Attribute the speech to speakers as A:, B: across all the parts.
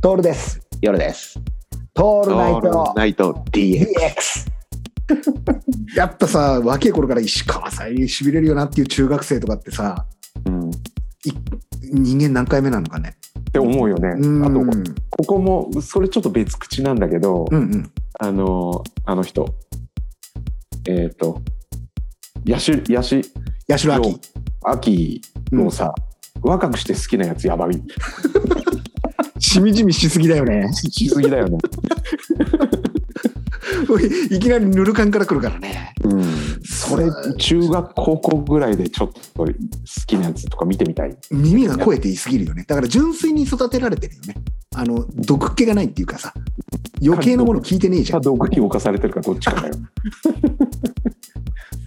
A: トールです。
B: 夜です。
A: ト
B: オ
A: ールナイト
B: ナイト DX。
A: DX。やっぱさ、若い頃から石川さゆりしびれるよなっていう中学生とかってさ、
B: うん、っ
A: 人間何回目なのかね。
B: て思うよね。あ
A: うんう
B: と
A: ん
B: ここもそれちょっと別口なんだけど、
A: うん。
B: あのあの人えっ、とヤシヤシ
A: 八代亜紀。
B: アキのさ、若くして好きなやつやばい
A: しみじみしすぎだよね。
B: しすぎだよね。
A: いきなりぬる感からくるからね。
B: うん、それ中学高校ぐらいでちょっと好きなやつとか見てみたい。
A: 耳が肥えて言いすぎるよね。だから純粋に育てられてるよね。あの、毒っ気がないっていうかさ、余計なもの聞いてねえじゃ
B: か
A: ん。
B: 毒に侵されてるかどっちかだよ。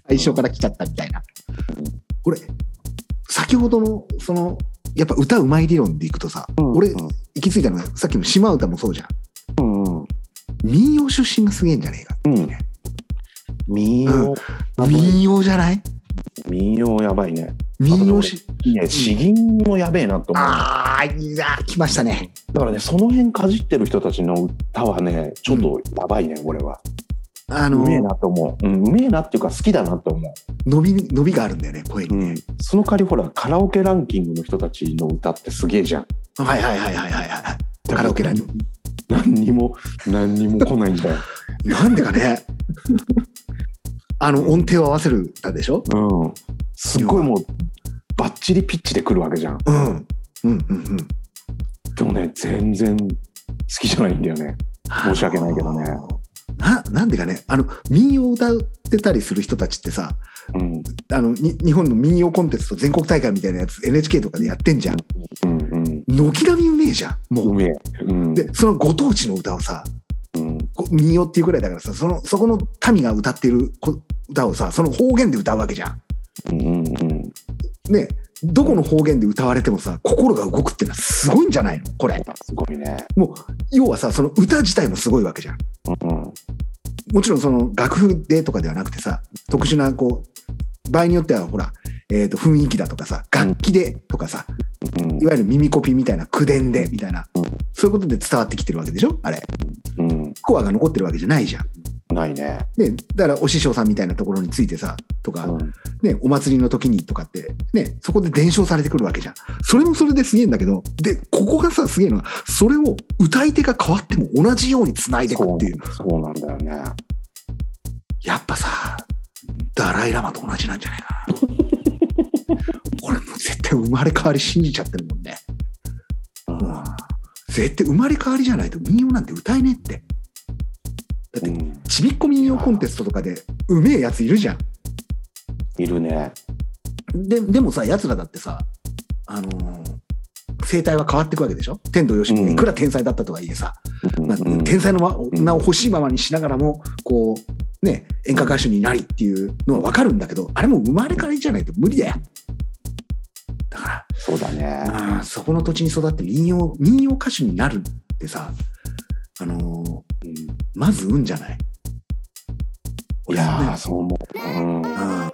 A: 最初から来ちゃったみたいな。俺、先ほどの、その、やっぱ歌うまい理論でいくとさ、俺
B: うん
A: 行き着いたのがさっきの島唄もそうじゃん
B: うんうん
A: 民謡出身がすげえんじゃねえか
B: うん民謡、
A: 民謡じゃない
B: 民謡やばいね。
A: 民謡し
B: いや詩吟もやべえなと思う。
A: ああいや来ましたね
B: だからねその辺かじってる人たちの歌はねちょっとやばいね、俺は
A: あ
B: う
A: の
B: めえなと思う、うん、うめえなっていうか好きだなと思
A: 伸び伸びがあるんだよね声
B: う、
A: にね、
B: その代わりほらカラオケランキングの人たちの歌ってすげえじゃん
A: はいはいはいはいはいはいカラオケライブ
B: 何にも何にも来ないんだよ、
A: なんでか ねあの音程を合わせる歌でしょ
B: うん、すっごいもうバッチリピッチで来るわけじゃん
A: うんうんうんうん
B: でもね全然好きじゃないんだよね申し訳ないけどね
A: ななんでかねあの民謡を歌ってたりする人たちってさ
B: うん
A: あのに日本の民謡コンテスト全国大会みたいなやつ NHK とかでやってんじゃん
B: うん
A: 軒並みうめえじゃん
B: うんう
A: も
B: めえうん
A: うでそのご当地の歌をさ
B: うん
A: こ民謡っていうくらいだからさそのそこの民が歌ってるこ歌をさその方言で歌うわけじゃん
B: うんうん
A: ねどこの方言で歌われてもさ心が動くってのはすごいんじゃないのこれ
B: すごいね
A: もう要はさその歌自体もすごいわけじゃん
B: うん
A: もちろんその楽譜でとかではなくてさ特殊なこう場合によってはほら、えー、と雰囲気だとかさ楽器でとかさ
B: うん
A: いわゆる耳コピみたいな口伝でみたいな
B: うん
A: そういうことで伝わってきてるわけでしょあれ
B: うん
A: コアが残ってるわけじゃないじゃん。
B: ないね
A: ね、だからお師匠さんみたいなところについてさとか、
B: うん
A: ね、お祭りの時にとかって、ね、そこで伝承されてくるわけじゃんそれもそれですげえんだけどでここがさすげえのはそれを歌い手が変わっても同じようにつないでくっていう
B: そうそうなんだよね
A: やっぱさダライ・ラマと同じなんじゃないかな俺もう絶対生まれ変わり信じちゃってるもんね、うん、絶対生まれ変わりじゃないと民謡なんて歌えねえってだって
B: うん
A: ちびっこ民謡コンテストとかでうめえやついるじゃん
B: いるね
A: ででもさやつらだってさあのー生態は変わっていくわけでしょ天童よしみが
B: うん
A: いくら天才だったとはいえさ、まあ
B: うん
A: 天才のま
B: ん
A: 名を欲しいままにしながらもこうね演歌歌手になりっていうのは分かるんだけどあれも生まれからいいじゃないと無理だよだか
B: そうだね
A: ら、うんそこの土地に育って民謡民謡歌手になるってさあのーまず運じゃない
B: いやーそう思う、うん
A: うん